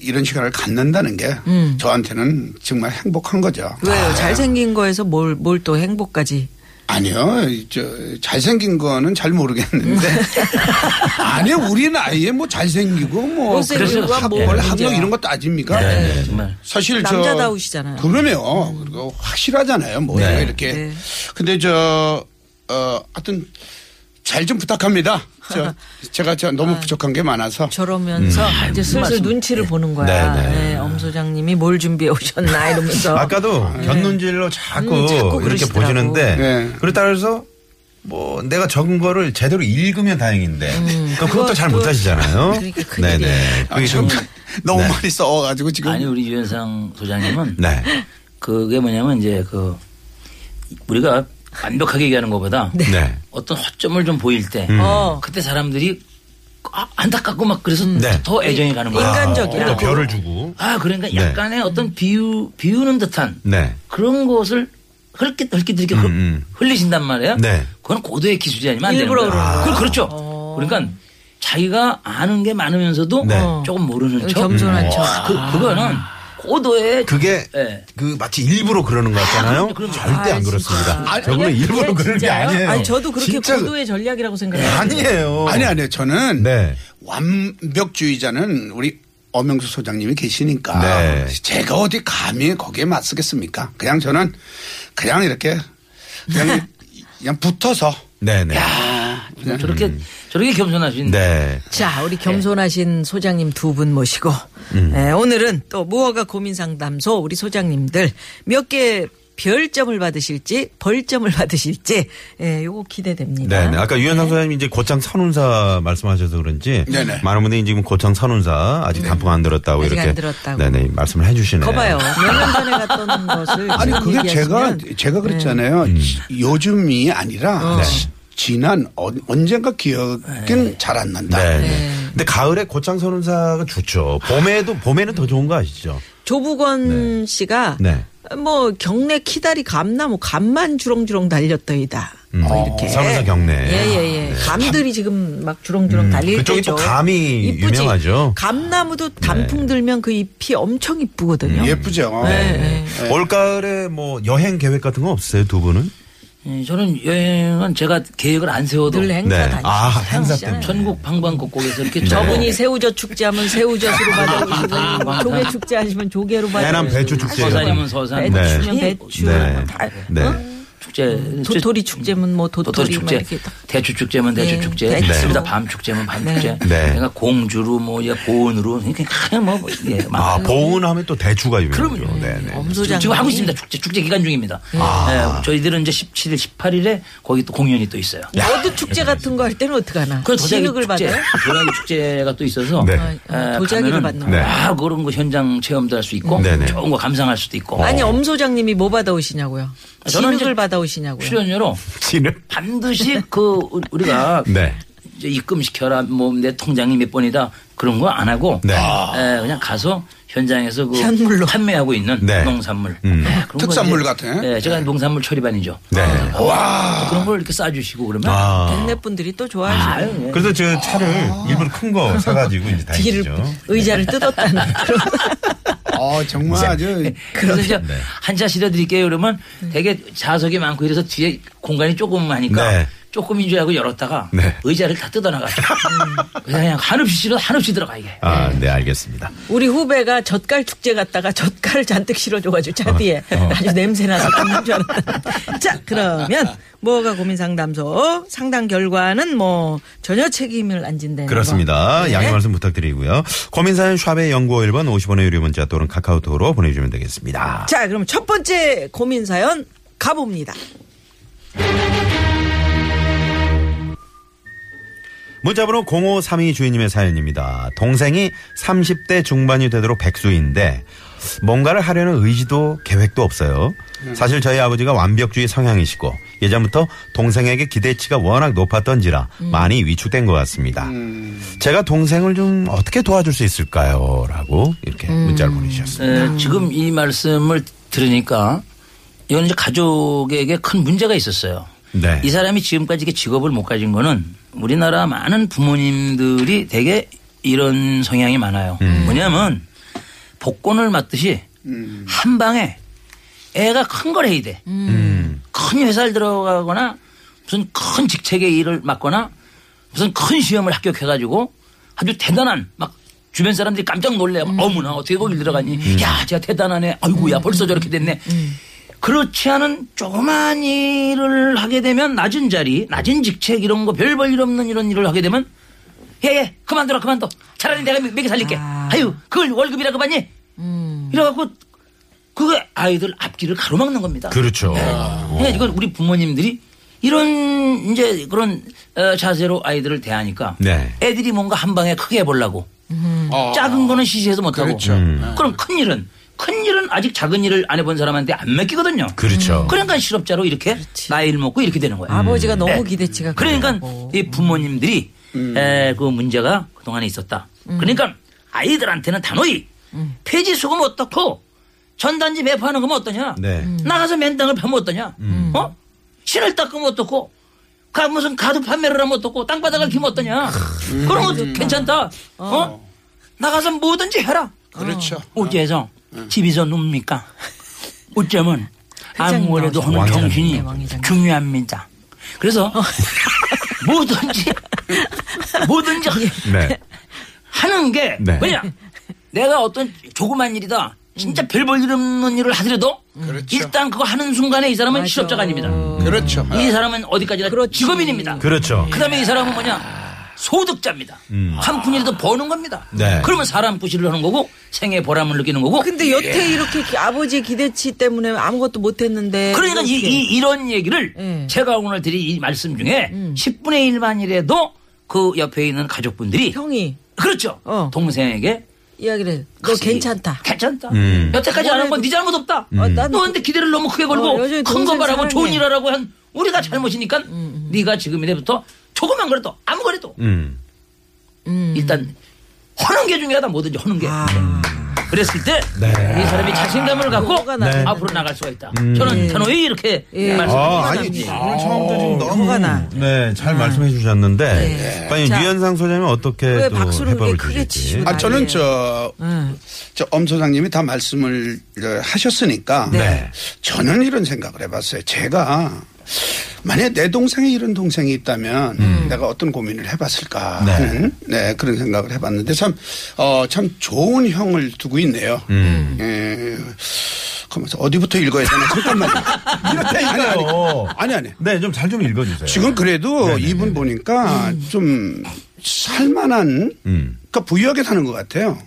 [SPEAKER 6] 이런 시간을 갖는다는 게 저한테는 정말 행복한 거죠.
[SPEAKER 4] 음.
[SPEAKER 6] 아,
[SPEAKER 4] 왜요?
[SPEAKER 2] 아.
[SPEAKER 4] 잘생긴 거에서 뭘 뭘 또 행복까지.
[SPEAKER 6] 아니요, 저 잘생긴 거는 잘 모르겠는데
[SPEAKER 4] 음.
[SPEAKER 6] 아니 우리 나이에 뭐 잘생기고 뭐
[SPEAKER 4] 못생기고가
[SPEAKER 6] 그래서
[SPEAKER 4] 뭐
[SPEAKER 6] 학벌
[SPEAKER 4] 문제야.
[SPEAKER 6] 학력 이런 거 따집니까?
[SPEAKER 2] 예.
[SPEAKER 5] 네, 정말.
[SPEAKER 6] 사실 저
[SPEAKER 4] 남자다우시잖아요.
[SPEAKER 6] 그러면 그리고 확실하잖아요. 뭐
[SPEAKER 2] 네.
[SPEAKER 6] 이렇게.
[SPEAKER 4] 네.
[SPEAKER 6] 근데 저 어, 하여튼 잘 좀 부탁합니다. 저 제가 저 너무 부족한 게 많아서.
[SPEAKER 4] 저러면서 이제 슬슬 눈치를 보는 거야.
[SPEAKER 2] 음. 네, 네.
[SPEAKER 4] 네, 엄 소장님이 뭘 준비해 오셨나 이러면서.
[SPEAKER 2] 아까도 견눈질로 자꾸,
[SPEAKER 4] 어? 네. 음, 자꾸
[SPEAKER 2] 이렇게
[SPEAKER 4] 그러시더라고.
[SPEAKER 2] 보시는데
[SPEAKER 6] 네.
[SPEAKER 2] 그렇다 해서 뭐 내가 적은 거를 제대로 읽으면 다행인데 또 그것도 잘
[SPEAKER 4] 음, 그것도-
[SPEAKER 2] 못하시잖아요.
[SPEAKER 4] 그러니까 큰일이야.
[SPEAKER 2] 네네.
[SPEAKER 6] 아,
[SPEAKER 2] 그게 좀-
[SPEAKER 6] 참, 너무
[SPEAKER 2] 네.
[SPEAKER 6] 많이 써가지고 지금
[SPEAKER 5] 아니 우리 유현상 소장님은
[SPEAKER 2] 네.
[SPEAKER 5] 그게 뭐냐면 이제 그 우리가 완벽하게 얘기하는 것보다
[SPEAKER 2] 네.
[SPEAKER 5] 어떤 허점을 좀 보일 때
[SPEAKER 4] 어.
[SPEAKER 5] 그때 사람들이 아, 안타깝고 막 그래서
[SPEAKER 2] 네.
[SPEAKER 5] 더 애정이 가는 거야.
[SPEAKER 4] 인간적이야.
[SPEAKER 2] 또 별을 주고.
[SPEAKER 5] 아 그러니까
[SPEAKER 2] 네.
[SPEAKER 5] 약간의 어떤 비유 비우는 듯한
[SPEAKER 2] 네.
[SPEAKER 5] 그런 것을 흘게 흘게 들게 그
[SPEAKER 2] 음, 음.
[SPEAKER 5] 흘리신단 말이에요.
[SPEAKER 2] 네.
[SPEAKER 5] 그건 고도의 기술이 아니면 안 되는
[SPEAKER 4] 일부러
[SPEAKER 5] 거야.
[SPEAKER 4] 그러는
[SPEAKER 5] 그 그렇죠. 그러니까 자기가 아는 게 많으면서도
[SPEAKER 2] 네.
[SPEAKER 5] 조금 모르는 척.
[SPEAKER 4] 겸손한 척.
[SPEAKER 5] 그 그거는 고도의
[SPEAKER 2] 그게
[SPEAKER 5] 네.
[SPEAKER 2] 그 마치 일부러 그러는 것 같잖아요.
[SPEAKER 5] 그럼요, 그럼요.
[SPEAKER 2] 절대
[SPEAKER 4] 아,
[SPEAKER 2] 안 그렇습니다.
[SPEAKER 4] 진짜.
[SPEAKER 2] 저분은 일부러 그러는 게 아니에요.
[SPEAKER 4] 아니 저도 그렇게
[SPEAKER 2] 진짜
[SPEAKER 4] 고도의 전략이라고 생각해요.
[SPEAKER 2] 아니에요.
[SPEAKER 6] 아니 아니요 저는
[SPEAKER 2] 네.
[SPEAKER 6] 완벽주의자는 우리 엄영수 소장님이 계시니까
[SPEAKER 2] 네.
[SPEAKER 6] 제가 어디 감히 거기에 맞서겠습니까? 그냥 저는 그냥 이렇게 그냥 그냥 붙어서
[SPEAKER 2] 네네. 아,
[SPEAKER 5] 뭐 저렇게 저렇게 겸손하신
[SPEAKER 2] 네.
[SPEAKER 4] 자, 우리 겸손하신 소장님 두 분 모시고
[SPEAKER 2] 음.
[SPEAKER 4] 예, 오늘은 또 무허가 고민 상담소 우리 소장님들 몇 개 별점을 받으실지 벌점을 받으실지 예, 요거 기대됩니다.
[SPEAKER 2] 네네. 아까 유현상 소장님이 이제 고창 선운사 말씀하셔서 그런지
[SPEAKER 6] 네네. 네.
[SPEAKER 2] 많은 분들이 지금 고창 선운사 아직 단풍 안 들었다고
[SPEAKER 4] 아직
[SPEAKER 2] 이렇게
[SPEAKER 4] 안 들었다고.
[SPEAKER 2] 네네 말씀을 해주시네요.
[SPEAKER 4] 거봐요. 몇 년 전에 갔던 것을
[SPEAKER 6] 아니
[SPEAKER 4] 지금
[SPEAKER 6] 그게 제가
[SPEAKER 4] 얘기하시면 어.
[SPEAKER 6] 제가 그랬잖아요. 지- 요즘이 아니라 지- 지난 어- 언젠가 기억은
[SPEAKER 4] 네.
[SPEAKER 6] 잘 안 난다.
[SPEAKER 2] 네네. 근데 가을에 고창 선운사가 좋죠. 봄에도 봄에는 더 좋은 거 아시죠?
[SPEAKER 4] 조부건 씨가
[SPEAKER 2] 네.
[SPEAKER 4] 뭐 경내 키다리 감나무 감만 주렁주렁 뭐 달렸더이다. 뭐 이렇게
[SPEAKER 2] 음. 선우사 경례.
[SPEAKER 4] 예예예.
[SPEAKER 2] 네. 음.
[SPEAKER 4] 감들이 지금 막 주렁주렁 달릴
[SPEAKER 2] 그쪽이 또
[SPEAKER 4] 때죠.
[SPEAKER 2] 감이
[SPEAKER 4] 이쁘지?
[SPEAKER 2] 유명하죠. 네.
[SPEAKER 4] 감나무도 단풍 들면 그 잎이 엄청 이쁘거든요.
[SPEAKER 6] 예쁘죠.
[SPEAKER 4] 네.
[SPEAKER 6] 네.
[SPEAKER 2] 올 가을에 뭐 여행 계획 같은 거 없으세요 두 분은?
[SPEAKER 5] 예, 저는 여행은 제가 계획을 안 세워도
[SPEAKER 4] 늘 행사
[SPEAKER 2] 네.
[SPEAKER 4] 다니시죠.
[SPEAKER 2] 아, 행사
[SPEAKER 4] 시잖아요.
[SPEAKER 5] 전국 방방 곡곡에서
[SPEAKER 2] 네.
[SPEAKER 5] 이렇게
[SPEAKER 4] 저분이 새우젓 축제하면 새우젓으로 받아오시고 조개 축제 하시면 조개로
[SPEAKER 2] 해남
[SPEAKER 4] 받아오시고
[SPEAKER 2] 배추 축제요.
[SPEAKER 5] 서산이면 서산.
[SPEAKER 4] 배추면
[SPEAKER 2] 네.
[SPEAKER 4] 배추
[SPEAKER 2] 네.
[SPEAKER 4] 다,
[SPEAKER 2] 네.
[SPEAKER 4] 어?
[SPEAKER 5] 축제
[SPEAKER 4] 도토리 축제면 뭐
[SPEAKER 5] 도토
[SPEAKER 4] 도토리,
[SPEAKER 5] 리
[SPEAKER 4] 막
[SPEAKER 5] 축제,
[SPEAKER 4] 이렇게 딱
[SPEAKER 5] 대추 축제면 대추
[SPEAKER 4] 네,
[SPEAKER 5] 축제,
[SPEAKER 4] 대추.
[SPEAKER 5] 있습니다. 밤 축제면 밤
[SPEAKER 4] 네.
[SPEAKER 5] 축제.
[SPEAKER 2] 네.
[SPEAKER 5] 그러니까 공주로 뭐 이제 고은으로 이렇게 그냥 뭐 예,
[SPEAKER 2] 아
[SPEAKER 5] 막
[SPEAKER 2] 보은하면 또 대추가 유명하죠.
[SPEAKER 5] 그럼요.
[SPEAKER 2] 네네.
[SPEAKER 4] 엄소장
[SPEAKER 5] 지금 하고 있습니다. 축제 축제 기간 중입니다.
[SPEAKER 4] 네.
[SPEAKER 5] 예, 저희들은 이제 17일, 18일에 거기 또 공연이 또 있어요.
[SPEAKER 4] 너도 축제 같은 거 할 때는 어떻게 하나?
[SPEAKER 5] 그 도자기
[SPEAKER 4] 진흙을
[SPEAKER 5] 축제,
[SPEAKER 4] 받아요?
[SPEAKER 5] 도자기 축제가 또 있어서
[SPEAKER 2] 네.
[SPEAKER 4] 어, 도자기를 받는
[SPEAKER 2] 네.
[SPEAKER 5] 아 그런 거 현장 체험도 할 수 있고
[SPEAKER 2] 네네.
[SPEAKER 5] 좋은 거 감상할 수도
[SPEAKER 2] 어.
[SPEAKER 5] 있고
[SPEAKER 4] 아니 엄소장님이 뭐 받아오시냐고요?
[SPEAKER 5] 저는 이제
[SPEAKER 4] 진흙을 받아오시냐고요?
[SPEAKER 5] 출연료로
[SPEAKER 2] 진을.
[SPEAKER 5] 반드시 그 우리- 우리가
[SPEAKER 2] 네.
[SPEAKER 5] 이제 입금시켜라 뭐 내 통장이 몇 번이다 그런 거 안 하고
[SPEAKER 2] 네.
[SPEAKER 5] 에, 그냥 가서 현장에서 그
[SPEAKER 4] 현물로.
[SPEAKER 5] 판매하고 있는
[SPEAKER 2] 네.
[SPEAKER 5] 농산물
[SPEAKER 2] 음.
[SPEAKER 5] 예, 그런 거
[SPEAKER 6] 특산물
[SPEAKER 5] 이제,
[SPEAKER 6] 같은?
[SPEAKER 5] 예, 제가 농산물 처리반이죠.
[SPEAKER 2] 네.
[SPEAKER 5] 아, 그런 걸 이렇게 싸주시고 그러면
[SPEAKER 2] 아.
[SPEAKER 4] 어? 동네 분들이 또 좋아하시고
[SPEAKER 5] 아유, 예.
[SPEAKER 2] 네. 그래서 저 차를 일부러 큰 거 사가지고 이제
[SPEAKER 4] 뒤를
[SPEAKER 2] 다니시죠. 네.
[SPEAKER 4] 의자를 뜯었다는 그런
[SPEAKER 6] 어, 정말
[SPEAKER 4] 네.
[SPEAKER 6] 아주
[SPEAKER 2] 그렇죠.
[SPEAKER 5] 그래서 이제
[SPEAKER 2] 네.
[SPEAKER 5] 한 차 실어드릴게요 그러면 되게 좌석이 많고 이래서 뒤에 공간이 조금 하니까
[SPEAKER 2] 네.
[SPEAKER 5] 조금인 줄 알고 열었다가
[SPEAKER 2] 네.
[SPEAKER 5] 의자를 다 뜯어나가지고 그냥 한없이 실어 한없이 들어가 이게.
[SPEAKER 2] 아, 네, 알겠습니다.
[SPEAKER 4] 우리 후배가 젓갈 축제 갔다가 젓갈을 잔뜩 실어줘가지고 차 뒤에 아주 냄새나서 죽는 줄 알았다. 자 그러면 뭐가 고민 상담소 상담 결과는 뭐 전혀 책임을 안 진다는
[SPEAKER 2] 그렇습니다.
[SPEAKER 4] 거. 네.
[SPEAKER 2] 양해 말씀 부탁드리고요. 고민사연 샵의 연구 1번 50원의 유료 문자 또는 카카오톡으로 보내주시면 되겠습니다.
[SPEAKER 4] 자 그럼 첫 번째 고민 사연 가봅니다.
[SPEAKER 2] 문자번호 0532 주인님의 사연입니다. 동생이 30대 중반이 되도록 백수인데 뭔가를 하려는 의지도 계획도 없어요. 사실 저희 아버지가 완벽주의 성향이시고 예전부터 동생에게 기대치가 워낙 높았던지라 많이 위축된 것 같습니다. 제가 동생을 좀 어떻게 도와줄 수 있을까요? 라고 이렇게 문자를 보내주셨습니다.
[SPEAKER 5] 에, 어, 지금 이 말씀을 들으니까 이건 이제 가족에게 큰 문제가 있었어요.
[SPEAKER 2] 네.
[SPEAKER 5] 이 사람이 지금까지 이렇게 직업을 못 가진 거는 우리나라 많은 부모님들이 되게 이런 성향이 많아요.
[SPEAKER 2] 음.
[SPEAKER 5] 뭐냐면 복권을 맞듯이 한 방에 애가 큰 걸 해야 돼. 큰 회사를 들어가거나 무슨 큰 직책의 일을 맡거나 무슨 큰 시험을 합격해가지고 아주 대단한 막 주변 사람들이 깜짝 놀래요. 어머나 어떻게 거길 들어가니? 야, 제가 대단하네. 아이고야 벌써 저렇게 됐네. 그렇지 않은 조그만 일을 하게 되면 낮은 자리, 낮은 직책 이런 거 별 벌일 없는 이런 일을 하게 되면 예예 그만둬라 그만둬. 차라리 내가 먹여 살릴게.
[SPEAKER 4] 아.
[SPEAKER 5] 아. 유 그걸 월급이라고 봤니? 이래갖고 그게 아이들 앞길을 가로막는 겁니다.
[SPEAKER 2] 그렇죠.
[SPEAKER 5] 그러니까 이건 우리 부모님들이 이런 이제 그런 어, 자세로 아이들을 대하니까
[SPEAKER 2] 네.
[SPEAKER 5] 애들이 뭔가 한 방에 크게 해보려고
[SPEAKER 6] 어,
[SPEAKER 5] 작은 거는 시시해서 못하고
[SPEAKER 6] 그렇죠.
[SPEAKER 2] 음.
[SPEAKER 5] 그럼 큰 일은 큰 일은 아직 작은 일을 안 해본 사람한테 안 맡기거든요.
[SPEAKER 2] 그렇죠.
[SPEAKER 5] 러니까 실업자로 이렇게 나이를 먹고 이렇게 되는 거예요.
[SPEAKER 4] 아버지가 너무
[SPEAKER 5] 네.
[SPEAKER 4] 기대치가
[SPEAKER 5] 그러니까
[SPEAKER 4] 크고.
[SPEAKER 5] 이 부모님들이 에, 그 문제가 그동안에 있었다. 그러니까 아이들한테는 단호히 폐지 수금 어떻고 전단지 배포하는 거면 어떠냐?
[SPEAKER 2] 네.
[SPEAKER 5] 나가서 맨땅을 파면 어떠냐? 어? 신을 닦으면 어떻고? 가 무슨 가두 판매를 하면 어떻고? 땅바닥을 기면 어떠냐? 그런 것도 괜찮다. 음. 어? 나가서 뭐든지 해라.
[SPEAKER 6] 그렇죠.
[SPEAKER 5] 어째서 집에서 놉니까? 어쩌면
[SPEAKER 4] 회장님
[SPEAKER 5] 아무래도
[SPEAKER 4] 나오셨네.
[SPEAKER 5] 하는
[SPEAKER 2] 왕회장님.
[SPEAKER 5] 정신이
[SPEAKER 4] 네, 어. 왕회장님.
[SPEAKER 5] 중요합니다. 그래서 뭐든지 뭐든지
[SPEAKER 4] 예.
[SPEAKER 2] 네.
[SPEAKER 5] 하는 게
[SPEAKER 2] 네.
[SPEAKER 5] 왜냐 내가 어떤 조그만 일이다
[SPEAKER 4] 음.
[SPEAKER 5] 진짜 별 볼 일 없는 일을 하더라도
[SPEAKER 6] 그렇죠.
[SPEAKER 5] 일단 그거 하는 순간에 이 사람은
[SPEAKER 4] 맞아.
[SPEAKER 5] 실업자가 아닙니다.
[SPEAKER 6] 그렇죠.
[SPEAKER 4] 음.
[SPEAKER 5] 이 사람은 어디까지나 직업인입니다.
[SPEAKER 2] 음. 그렇죠.
[SPEAKER 5] 그다음에 이 사람은
[SPEAKER 4] 아.
[SPEAKER 5] 뭐냐 소득자입니다. 한 푼이라도 버는 겁니다.
[SPEAKER 2] 음. 네.
[SPEAKER 5] 그러면 사람 부실을 하는 거고 생애 보람을 느끼는 거고.
[SPEAKER 4] 근데 여태 이렇게 기- 아버지의 기대치 때문에 아무것도 못했는데
[SPEAKER 5] 그러니까 이,
[SPEAKER 4] 네, 이렇게.
[SPEAKER 5] 이 이런 얘기를
[SPEAKER 4] 예.
[SPEAKER 5] 제가 오늘 드린 이 말씀 중에
[SPEAKER 4] 음,
[SPEAKER 5] 10분의 1만이라도 그 옆에 있는 가족분들이
[SPEAKER 4] 형이
[SPEAKER 5] 그렇죠
[SPEAKER 4] 어.
[SPEAKER 5] 동생에게
[SPEAKER 4] 이야기를 해. 너
[SPEAKER 5] 가슴이
[SPEAKER 4] 괜찮다.
[SPEAKER 5] 괜찮다.
[SPEAKER 2] 음. 어,
[SPEAKER 5] 여태까지 안 한 건 네 잘못 없다.
[SPEAKER 4] 아, 나는
[SPEAKER 5] 너한테 기대를 너무 크게 걸고
[SPEAKER 4] 어, 여전히
[SPEAKER 5] 큰 거
[SPEAKER 4] 동생
[SPEAKER 5] 바라고 좋은
[SPEAKER 4] 사랑해. 음.
[SPEAKER 5] 일 하라고 한 우리가 잘못이니까 네가 지금 이래부터 조금만 그래도 아무 거래도
[SPEAKER 2] 음.
[SPEAKER 5] 일단 하는 게 중요하다 뭐든지 하는 게.
[SPEAKER 4] 아,
[SPEAKER 5] 그랬을 때
[SPEAKER 2] 네.
[SPEAKER 5] 이 사람이 자신감을 갖고
[SPEAKER 4] 뭐가 나요?
[SPEAKER 5] 앞으로 나갈 수가 있다. 저는 단호히 이렇게
[SPEAKER 4] 예.
[SPEAKER 5] 말씀드립니다.
[SPEAKER 2] 음. 아, 아니,
[SPEAKER 6] 오늘 처음부터 지금 너무
[SPEAKER 4] 뭐가 나? 음.
[SPEAKER 2] 네, 잘 말씀해 주셨는데.
[SPEAKER 4] 네.
[SPEAKER 2] 과연
[SPEAKER 4] 자,
[SPEAKER 2] 유현상 소장님 어떻게
[SPEAKER 4] 왜
[SPEAKER 2] 또
[SPEAKER 4] 박수를
[SPEAKER 2] 해법을
[SPEAKER 4] 왜 크게
[SPEAKER 2] 주실지.
[SPEAKER 4] 치시고
[SPEAKER 6] 아, 저는
[SPEAKER 4] 난리예요.
[SPEAKER 6] 저,
[SPEAKER 2] 음.
[SPEAKER 6] 저 엄 소장님이 다 말씀을 어, 하셨으니까
[SPEAKER 2] 네.
[SPEAKER 6] 저는 이런 생각을 해봤어요. 제가 만약 내 동생에 이런 동생이 있다면 내가 어떤 고민을 해봤을까
[SPEAKER 2] 음. 네.
[SPEAKER 6] 하는 네, 그런 생각을 해봤는데 참, 어, 참 좋은 형을 두고 있네요.
[SPEAKER 2] 음.
[SPEAKER 6] 예. 그러면서 어디부터 읽어야 되나 잠깐만요. 아니, 아니,
[SPEAKER 2] 이렇다니까요.
[SPEAKER 6] 아니, 아니.
[SPEAKER 2] 네, 좀 잘 좀 읽어주세요.
[SPEAKER 6] 지금 그래도
[SPEAKER 2] 네네네.
[SPEAKER 6] 이분 보니까 좀 살만한
[SPEAKER 2] 음.
[SPEAKER 6] 그러니까 부유하게 사는 것 같아요.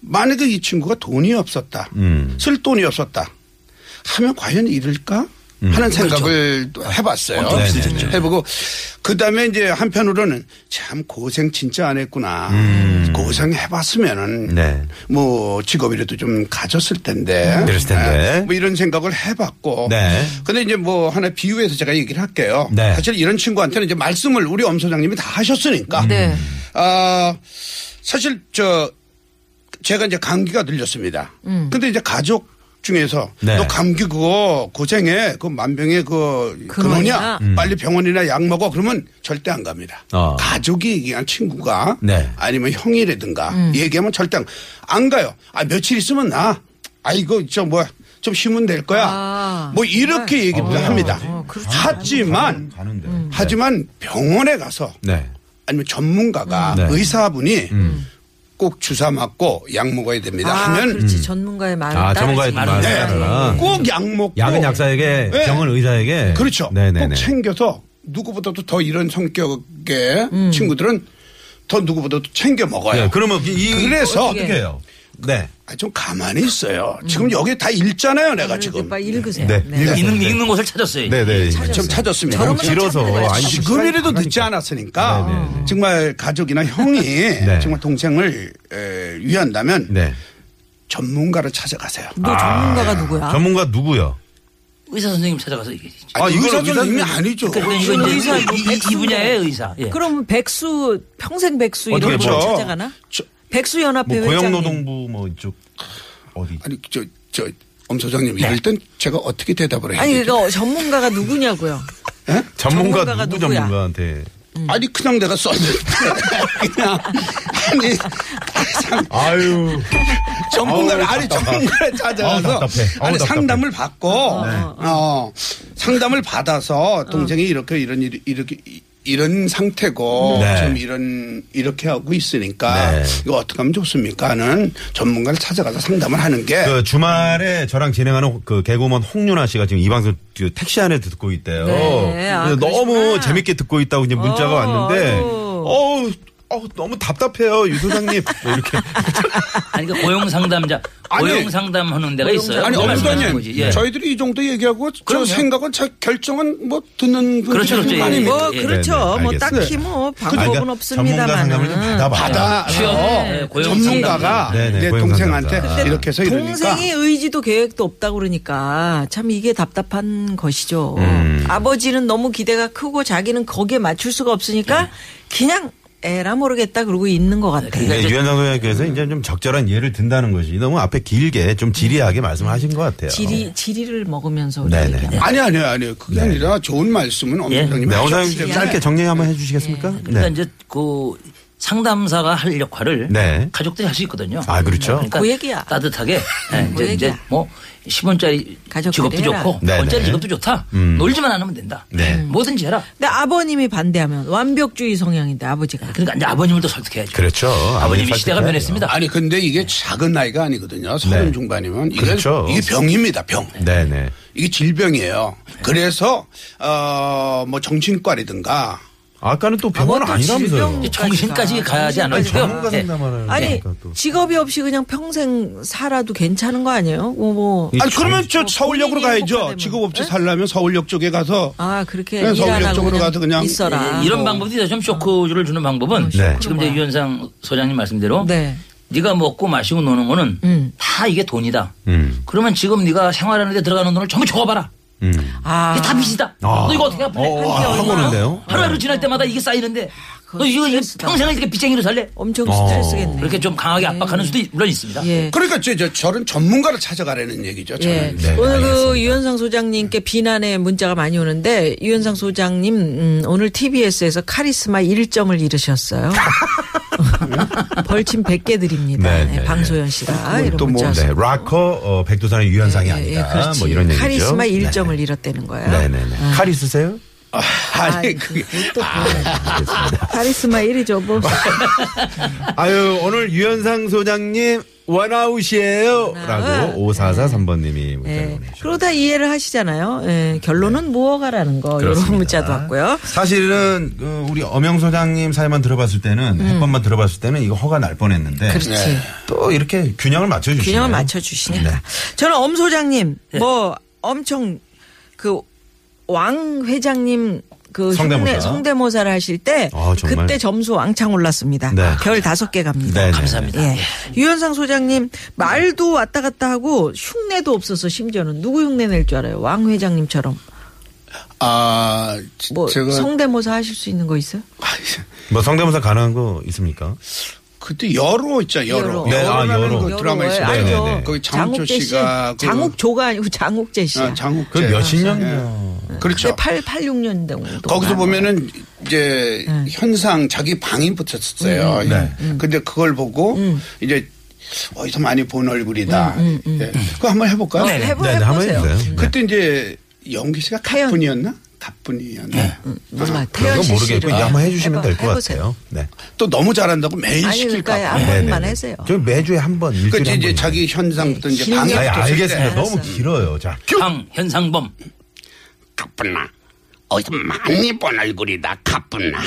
[SPEAKER 6] 만약에 이 친구가 돈이 없었다,
[SPEAKER 2] 음.
[SPEAKER 6] 쓸 돈이 없었다 하면 과연 이럴까 하는 생각을 또 해봤어요.
[SPEAKER 2] 음. 그렇죠. 어쩔 수 없이 네네네.
[SPEAKER 6] 해보고 그 다음에 이제 한편으로는 참 고생 진짜 안 했구나. 고생해봤으면은
[SPEAKER 2] 음. 네.
[SPEAKER 6] 뭐 직업이라도 좀 가졌을 텐데.
[SPEAKER 2] 음, 그랬을 텐데.
[SPEAKER 6] 네. 뭐 이런 생각을 해봤고.
[SPEAKER 2] 네.
[SPEAKER 6] 근데 이제 뭐 하나 비유해서 제가 얘기를 할게요.
[SPEAKER 2] 네.
[SPEAKER 6] 사실 이런 친구한테는 이제 말씀을 우리 엄 소장님이 다 하셨으니까.
[SPEAKER 4] 네.
[SPEAKER 6] 아, 사실 저 제가 이제 감기가 들렸습니다.
[SPEAKER 4] 음.
[SPEAKER 6] 근데 이제 가족 중에서
[SPEAKER 2] 네.
[SPEAKER 6] 너 감기 그거 고생해 그 만병의 그
[SPEAKER 4] 근원이야.
[SPEAKER 6] 근원이야 빨리 병원이나 약 먹어 그러면 절대 안 갑니다.
[SPEAKER 2] 음. 어.
[SPEAKER 6] 가족이 얘기한 친구가
[SPEAKER 2] 네.
[SPEAKER 6] 아니면 형이라든가
[SPEAKER 4] 음.
[SPEAKER 6] 얘기하면 절대 안, 안 가요. 아 며칠 있으면 나 아이고 저 뭐야 좀 쉬면 될 거야.
[SPEAKER 4] 아,
[SPEAKER 6] 뭐 이렇게 얘기를 합니다.
[SPEAKER 4] 어, 그렇죠.
[SPEAKER 6] 하지만
[SPEAKER 2] 가는데.
[SPEAKER 4] 음.
[SPEAKER 6] 하지만 병원에 가서
[SPEAKER 2] 네.
[SPEAKER 6] 아니면 전문가가
[SPEAKER 2] 네. 음.
[SPEAKER 6] 의사분이 꼭 주사 맞고 약 먹어야 됩니다
[SPEAKER 4] 아,
[SPEAKER 6] 하면 네,
[SPEAKER 4] 그렇지. 전문가의 말을
[SPEAKER 2] 아,
[SPEAKER 4] 따르지.
[SPEAKER 2] 전문가의
[SPEAKER 5] 말을
[SPEAKER 2] 말을
[SPEAKER 5] 따르지.
[SPEAKER 2] 따라.
[SPEAKER 6] 꼭 약 먹고
[SPEAKER 2] 약은 약사에게,
[SPEAKER 6] 네.
[SPEAKER 2] 병은 의사에게.
[SPEAKER 6] 그렇죠.
[SPEAKER 2] 네네네.
[SPEAKER 6] 꼭 챙겨서 누구보다도 더 이런 성격의 친구들은 더 누구보다도 챙겨 먹어요.
[SPEAKER 2] 네, 그러면 이, 이-
[SPEAKER 6] 그래서
[SPEAKER 2] 어떻게 해요? 네.
[SPEAKER 6] 아, 좀 가만히 있어요. 지금 여기 다 읽잖아요,
[SPEAKER 4] 네.
[SPEAKER 6] 내가 지금.
[SPEAKER 4] 빨리 읽으세요.
[SPEAKER 2] 네.
[SPEAKER 4] 네.
[SPEAKER 5] 읽는, 읽는 곳을 찾았어요.
[SPEAKER 2] 네네.
[SPEAKER 6] 좀 찾았습니다.
[SPEAKER 2] 너무 길어서 네, 아니
[SPEAKER 6] 지금이라도 늦지 않았으니까 정말 가족이나 형이 정말 동생을 에, 위한다면
[SPEAKER 2] 네.
[SPEAKER 6] 전문가를 찾아가세요.
[SPEAKER 4] 너 전문가가 누구야?
[SPEAKER 2] 예. 전문가 누구요?
[SPEAKER 5] 의사 선생님 찾아가서 얘기했죠.
[SPEAKER 2] 아,
[SPEAKER 6] 아니,
[SPEAKER 2] 이거는
[SPEAKER 6] 의사 선생님이 아니죠.
[SPEAKER 5] 그러니까 이건 이제
[SPEAKER 4] 의사,
[SPEAKER 5] 이- 이, 이 분야의 의사. 예.
[SPEAKER 4] 그럼 뭐 백수 평생 백수 이런
[SPEAKER 2] 어떻게
[SPEAKER 4] 걸
[SPEAKER 2] 저-
[SPEAKER 4] 찾아가나?
[SPEAKER 6] 저-
[SPEAKER 4] 백수 연합회
[SPEAKER 2] 뭐
[SPEAKER 4] 네, 회장님.
[SPEAKER 2] 고용노동부 뭐 이쪽 어디?
[SPEAKER 6] 아니 저 저 엄 소장님 이럴 땐 제가 어떻게 대답을 해야
[SPEAKER 4] 아니
[SPEAKER 6] 되죠?
[SPEAKER 4] 그러니까 전문가가 누구냐고요.
[SPEAKER 2] 전문가
[SPEAKER 4] 전문가가
[SPEAKER 2] 누구
[SPEAKER 4] 누구야?
[SPEAKER 2] 전문가한테?
[SPEAKER 6] 아니 그냥 내가 썼는데 그냥 아니 상-
[SPEAKER 2] 아유.
[SPEAKER 6] 전문가를
[SPEAKER 2] 아우,
[SPEAKER 6] 아니
[SPEAKER 2] 답답하다.
[SPEAKER 6] 전문가를 찾아가서
[SPEAKER 2] 아우, 답답해. 아우,
[SPEAKER 6] 아니
[SPEAKER 2] 답답해.
[SPEAKER 6] 상담을 받고 어 상담을 받아서 동생이 이렇게 이런 일 이렇게 이- 이런 상태고
[SPEAKER 2] 네.
[SPEAKER 6] 지금 이런 이렇게 하고 있으니까
[SPEAKER 2] 네.
[SPEAKER 6] 이거 어떻게 하면 좋습니까는 전문가를 찾아가서 상담을 하는 게
[SPEAKER 2] 그 주말에 저랑 진행하는 그 개그우먼 홍윤아 씨가 지금 이 방송 그 택시 안에 듣고 있대요.
[SPEAKER 4] 네, 아,
[SPEAKER 2] 그래서 너무
[SPEAKER 4] 그러시구나.
[SPEAKER 2] 재밌게 듣고 있다고 이제 문자가
[SPEAKER 4] 어,
[SPEAKER 2] 왔는데,
[SPEAKER 4] 아이고.
[SPEAKER 2] 어우, 어우, 너무 답답해요, 유 소장님. 뭐 이렇게.
[SPEAKER 5] 아니 그러니까 고용 상담자,
[SPEAKER 6] 아니.
[SPEAKER 5] 고용 상담하는 데가 있어요.
[SPEAKER 6] 아니
[SPEAKER 5] 그거
[SPEAKER 6] 엄
[SPEAKER 5] 말씀하시는
[SPEAKER 6] 소장님
[SPEAKER 5] 거지. 예.
[SPEAKER 6] 저희들이 이 정도 얘기하고
[SPEAKER 5] 그럼요.
[SPEAKER 6] 저 생각은 자, 결정은 뭐 듣는 분들
[SPEAKER 5] 그렇죠, 그렇죠. 예,
[SPEAKER 6] 아닙니까?
[SPEAKER 4] 뭐
[SPEAKER 5] 예,
[SPEAKER 4] 그렇죠.
[SPEAKER 2] 네,
[SPEAKER 4] 뭐
[SPEAKER 2] 네,
[SPEAKER 4] 딱히 뭐
[SPEAKER 2] 아니,
[SPEAKER 4] 방법은
[SPEAKER 2] 그러니까 전문가 상담을 좀
[SPEAKER 4] 없습니다만은.
[SPEAKER 2] 받아봐요.
[SPEAKER 6] 음. 받아
[SPEAKER 5] 취업, 네, 고용
[SPEAKER 6] 어, 전문가가
[SPEAKER 5] 상담.
[SPEAKER 2] 네, 네,
[SPEAKER 6] 내
[SPEAKER 2] 고용
[SPEAKER 6] 동생한테
[SPEAKER 2] 상담사.
[SPEAKER 6] 이렇게 해서 이러니까
[SPEAKER 4] 동생이 의지도 계획도 없다고 그러니까 참 이게 답답한 것이죠.
[SPEAKER 5] 음.
[SPEAKER 4] 아버지는 너무 기대가 크고 자기는 거기에 맞출 수가 없으니까 그냥 에라 모르겠다 그러고 있는 것 같아요.
[SPEAKER 5] 네. 그러니까
[SPEAKER 2] 네,
[SPEAKER 5] 이제-
[SPEAKER 2] 유현상 소장님께서 이제 좀 적절한 예를 든다는 것이 너무 앞에 길게 좀 지리하게 말씀하신 것
[SPEAKER 5] 네.
[SPEAKER 2] 같아요.
[SPEAKER 5] 어.
[SPEAKER 4] 지리 지리를 먹으면서
[SPEAKER 2] 네네.
[SPEAKER 4] 우리가 얘기하는
[SPEAKER 6] 아니 아니 아니 그게 아니라 좋은 말씀은 엄
[SPEAKER 5] 예.
[SPEAKER 6] 소장님
[SPEAKER 2] 네, 홍
[SPEAKER 6] 하셨어요.
[SPEAKER 2] 소장님 짧게 정리 한번
[SPEAKER 4] 네.
[SPEAKER 2] 해주시겠습니까? 네.
[SPEAKER 5] 그러니까 이제 그 상담사가 할 역할을
[SPEAKER 2] 네.
[SPEAKER 5] 가족들이 할 수 있거든요. 예, 그러니까
[SPEAKER 2] 아, 그렇죠.
[SPEAKER 4] 그 얘기야.
[SPEAKER 5] 따뜻하게 네,
[SPEAKER 4] 그
[SPEAKER 5] 이제, 이제
[SPEAKER 4] 얘기야.
[SPEAKER 5] 뭐 10원짜리
[SPEAKER 4] 가족들이
[SPEAKER 5] 직업도
[SPEAKER 4] 해라.
[SPEAKER 5] 좋고
[SPEAKER 2] 네,
[SPEAKER 5] 5원짜리
[SPEAKER 2] 네.
[SPEAKER 5] 직업도 좋다. 놀지만 않으면 된다.
[SPEAKER 2] 네.
[SPEAKER 5] 뭐든지 해라.
[SPEAKER 4] 근데 아버님이 반대하면 완벽주의 성향인데 아버지가
[SPEAKER 5] 그러니까 이제 아버님을 더 설득해야죠.
[SPEAKER 2] 그렇죠.
[SPEAKER 5] 아버님이
[SPEAKER 2] 아버님
[SPEAKER 5] 시대가
[SPEAKER 2] 설득해야죠.
[SPEAKER 5] 변했습니다.
[SPEAKER 6] 아니 근데 이게 작은 나이가 아니거든요. 서른
[SPEAKER 2] 네.
[SPEAKER 6] 중반이면 이게
[SPEAKER 2] 그렇죠.
[SPEAKER 6] 이게 병입니다. 병.
[SPEAKER 2] 네네.
[SPEAKER 6] 이게 질병이에요. 그래서 어뭐 정신과라든가
[SPEAKER 2] 아까는 또 병원
[SPEAKER 4] 그것도
[SPEAKER 2] 아니라면서요.
[SPEAKER 4] 질병-
[SPEAKER 5] 이제 정신까지 가야지
[SPEAKER 2] 아니,
[SPEAKER 5] 않아요.
[SPEAKER 2] 전문가
[SPEAKER 5] 예.
[SPEAKER 2] 상담하는
[SPEAKER 4] 아니
[SPEAKER 2] 거니까 또.
[SPEAKER 4] 직업이 없이 그냥 평생 살아도 괜찮은 거 아니에요? 뭐 뭐.
[SPEAKER 2] 이
[SPEAKER 6] 아니 그러면 저
[SPEAKER 4] 뭐
[SPEAKER 6] 서울역으로
[SPEAKER 4] 본인이
[SPEAKER 6] 가야죠.
[SPEAKER 4] 행복하다면.
[SPEAKER 6] 직업 없이
[SPEAKER 4] 네?
[SPEAKER 6] 살려면 서울역 쪽에 가서
[SPEAKER 4] 아 그렇게
[SPEAKER 6] 네,
[SPEAKER 4] 일 안
[SPEAKER 6] 서울역
[SPEAKER 4] 하고
[SPEAKER 6] 쪽으로 가서 그냥
[SPEAKER 4] 있어라.
[SPEAKER 5] 예, 이런 방법이 있어요. 좀 음, 쇼크를 주는 방법은
[SPEAKER 2] 네.
[SPEAKER 5] 지금 이제 유현상 소장님 말씀대로
[SPEAKER 4] 네.
[SPEAKER 5] 네가 먹고 마시고 노는 거는
[SPEAKER 4] 음.
[SPEAKER 5] 다 이게 돈이다.
[SPEAKER 2] 음.
[SPEAKER 5] 그러면 지금 네가 생활하는 데 들어가는 돈을 전부 적어봐라.
[SPEAKER 2] 음.
[SPEAKER 4] 아
[SPEAKER 5] 이게 다 빚이다.
[SPEAKER 2] 아.
[SPEAKER 5] 너 이거 어떻게 갚을래?
[SPEAKER 2] 어, 아, 하고 오는데요?
[SPEAKER 5] 하루하루 지날 때마다 이게 쌓이는데 너 이거 이거 평생을 이렇게 빚쟁이로 살래?
[SPEAKER 4] 엄청
[SPEAKER 2] 어.
[SPEAKER 4] 스트레스겠네.
[SPEAKER 5] 그렇게 좀 강하게 압박하는 수도 물론 있습니다.
[SPEAKER 4] 예.
[SPEAKER 6] 그러니까 저, 저, 저런 전문가를 찾아가라는 얘기죠.
[SPEAKER 4] 예.
[SPEAKER 6] 저는.
[SPEAKER 2] 네,
[SPEAKER 4] 오늘
[SPEAKER 2] 알겠습니다.
[SPEAKER 4] 그 유현상 소장님께 비난의 문자가 많이 오는데 유현상 소장님 음, 오늘 TBS에서 카리스마 1점을 잃으셨어요. 벌침 100개 드립니다.
[SPEAKER 2] 네,
[SPEAKER 4] 네,
[SPEAKER 2] 네,
[SPEAKER 4] 방소연 씨가 이런
[SPEAKER 2] 또 뭐,
[SPEAKER 4] 문자
[SPEAKER 2] 네,
[SPEAKER 4] 왔어요.
[SPEAKER 2] 락커 어, 백두산의 유현상이
[SPEAKER 4] 예, 예,
[SPEAKER 2] 아니다.
[SPEAKER 4] 그렇지.
[SPEAKER 2] 뭐 이런 얘기죠.
[SPEAKER 4] 카리스마 1점을 잃었다는 아. 거예요.
[SPEAKER 2] 네네네. 칼 있으세요?
[SPEAKER 4] 네.
[SPEAKER 6] 아니, 그게.
[SPEAKER 4] 또
[SPEAKER 2] 네, 알겠습니다.
[SPEAKER 4] 카리스마 1이죠 뭐.
[SPEAKER 2] 아유 오늘 유현상 소장님 원아웃이에요라고 5443번님이 문자를
[SPEAKER 4] 네. 예.
[SPEAKER 2] 보내주셨어요.
[SPEAKER 4] 그러다 이해를 하시잖아요. 예, 결론은 무허가라는 거 이런
[SPEAKER 2] 네. 그렇습니다.
[SPEAKER 4] 문자도 왔고요.
[SPEAKER 2] 사실은 그 우리 엄영 소장님 사연만 들어봤을 때는 해법만 들어봤을 때는 이거 허가 날 뻔했는데
[SPEAKER 4] 음. 그렇지.
[SPEAKER 6] 네.
[SPEAKER 2] 또 이렇게 균형을 맞춰주시네요.
[SPEAKER 4] 그렇죠.
[SPEAKER 2] 네.
[SPEAKER 4] 균형을 맞춰주시니까. 저는 엄 소장님, 뭐, 엄청 그 왕 회장님 그
[SPEAKER 2] 성대모사.
[SPEAKER 4] 흉내- 성대모사를 하실 때
[SPEAKER 2] 아, 정말.
[SPEAKER 4] 그때 점수 왕창 올랐습니다.
[SPEAKER 2] 네.
[SPEAKER 4] 별 다섯 개 갑니다.
[SPEAKER 2] 네네네.
[SPEAKER 5] 감사합니다.
[SPEAKER 4] 예. 유현상 소장님 말도 왔다 갔다 하고 흉내도 없어서 심지어는 누구 흉내 낼 줄 알아요? 왕 회장님처럼
[SPEAKER 6] 아, 지-
[SPEAKER 4] 뭐
[SPEAKER 6] 제가.
[SPEAKER 4] 성대모사 하실 수 있는 거 있어요?
[SPEAKER 6] 아,
[SPEAKER 2] 뭐 성대모사 가능한 거 있습니까?
[SPEAKER 6] 그때 여로 있잖아, 여로.
[SPEAKER 4] 여로.
[SPEAKER 2] 네, 아,
[SPEAKER 6] 여로라는
[SPEAKER 2] 여로.
[SPEAKER 6] 그 드라마
[SPEAKER 4] 여러
[SPEAKER 6] 있어요.
[SPEAKER 4] 거예요.
[SPEAKER 2] 있었죠.
[SPEAKER 4] 알죠.
[SPEAKER 2] 네네네.
[SPEAKER 6] 거기 장욱조
[SPEAKER 4] 장욱재
[SPEAKER 6] 씨가.
[SPEAKER 4] 씨는
[SPEAKER 6] 그-
[SPEAKER 4] 장욱조가 아니고 장욱재 씨야. 아, 네,
[SPEAKER 6] 아, 장욱재.
[SPEAKER 2] 그 몇십 년
[SPEAKER 6] 예. 그렇죠.
[SPEAKER 4] 근데 아. 8, 86년 정도.
[SPEAKER 6] 거기서 보면은 이제
[SPEAKER 4] 네.
[SPEAKER 6] 현상 자기 방이
[SPEAKER 4] 음,
[SPEAKER 6] 붙였었어요. 예. 근데 그걸 보고 이제 어디서 많이 본
[SPEAKER 4] 음,
[SPEAKER 6] 얼굴이다. 예. 그거 한번 해볼까요?
[SPEAKER 5] 네,
[SPEAKER 4] 해보,
[SPEAKER 2] 네, 네, 한번
[SPEAKER 4] 해보세요.
[SPEAKER 2] 해주세요.
[SPEAKER 6] 그때 이제 영기 씨가
[SPEAKER 4] 태연.
[SPEAKER 6] 가뿐이었나? 가뿐이었나? 아,
[SPEAKER 4] 몰라. 태연
[SPEAKER 2] 그건
[SPEAKER 4] 씨
[SPEAKER 2] 모르겠고
[SPEAKER 4] 씨를
[SPEAKER 2] 이거 한번 해주시면
[SPEAKER 4] 해봐-
[SPEAKER 2] 될 것
[SPEAKER 4] 해보세요.
[SPEAKER 2] 같아요. 네.
[SPEAKER 6] 또 너무 잘한다고 매일
[SPEAKER 4] 아니 네.
[SPEAKER 6] 시킬까
[SPEAKER 4] 그러니까
[SPEAKER 6] 봐.
[SPEAKER 4] 한 번만
[SPEAKER 2] 네네네.
[SPEAKER 4] 해서요.
[SPEAKER 2] 저 매주에 한 번, 일주일에
[SPEAKER 6] 그러니까
[SPEAKER 2] 한
[SPEAKER 6] 이제
[SPEAKER 2] 번.
[SPEAKER 6] 자기 현상부터 이제
[SPEAKER 4] 네,
[SPEAKER 6] 방에
[SPEAKER 2] 아니,
[SPEAKER 6] 붙였을
[SPEAKER 2] 알겠습니다.
[SPEAKER 6] 때
[SPEAKER 2] 너무 길어요. 자,
[SPEAKER 5] 강현상범
[SPEAKER 7] 가뿐나 어디서 많이 본 얼굴이다 가뿐나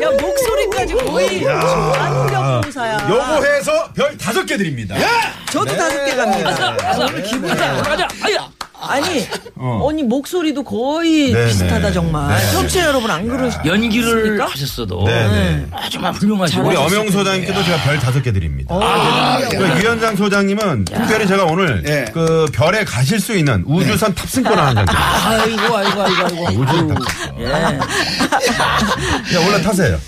[SPEAKER 4] 야 목소리까지 거의 완벽무사야.
[SPEAKER 2] 요거 해서 별 다섯 개 드립니다. 네.
[SPEAKER 4] 저도 다섯 개 갑니다.
[SPEAKER 5] 아, 오늘 기분이 가자 아야
[SPEAKER 4] 아니 언니 목소리도 거의
[SPEAKER 2] 어. 네네.
[SPEAKER 4] 비슷하다 정말.
[SPEAKER 2] 네.
[SPEAKER 4] 청취자 여러분 안 그러시죠?
[SPEAKER 5] 연기를 하셨어도
[SPEAKER 2] 네, 네.
[SPEAKER 5] 아, 정말 훌륭하시고
[SPEAKER 2] 우리 엄영 소장님께도 제가 별 다섯 개 드립니다. 그 유현장 소장님은 특별히 제가 오늘
[SPEAKER 6] 예.
[SPEAKER 2] 그 별에 가실 수 있는 우주선 탑승권 하나 한 장. 드립니다.
[SPEAKER 5] 아이고 아이고 아이고 아이고 예.
[SPEAKER 2] 우주선 탑승권.
[SPEAKER 6] 아.
[SPEAKER 2] 야, 올라타세요.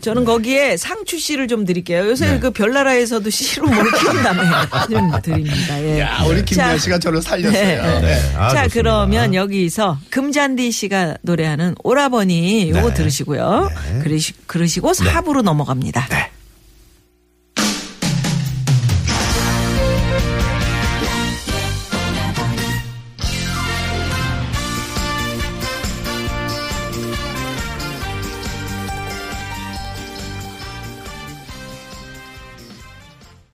[SPEAKER 4] 저는 거기에 상추 씨를 좀 드릴게요. 요새
[SPEAKER 2] 네.
[SPEAKER 4] 그 별나라에서도 씨로 뭘 키운다며 좀 드립니다. 예.
[SPEAKER 6] 야, 우리 김미아
[SPEAKER 4] 자,
[SPEAKER 6] 씨가 저를 살렸어요.
[SPEAKER 4] 네.
[SPEAKER 2] 네. 아,
[SPEAKER 4] 자
[SPEAKER 2] 좋습니다.
[SPEAKER 4] 그러면 여기서 금잔디 씨가 노래하는 오라버니 요거
[SPEAKER 2] 네. 네.
[SPEAKER 4] 들으시고요. 그러시, 그러시고 4부로 넘어갑니다.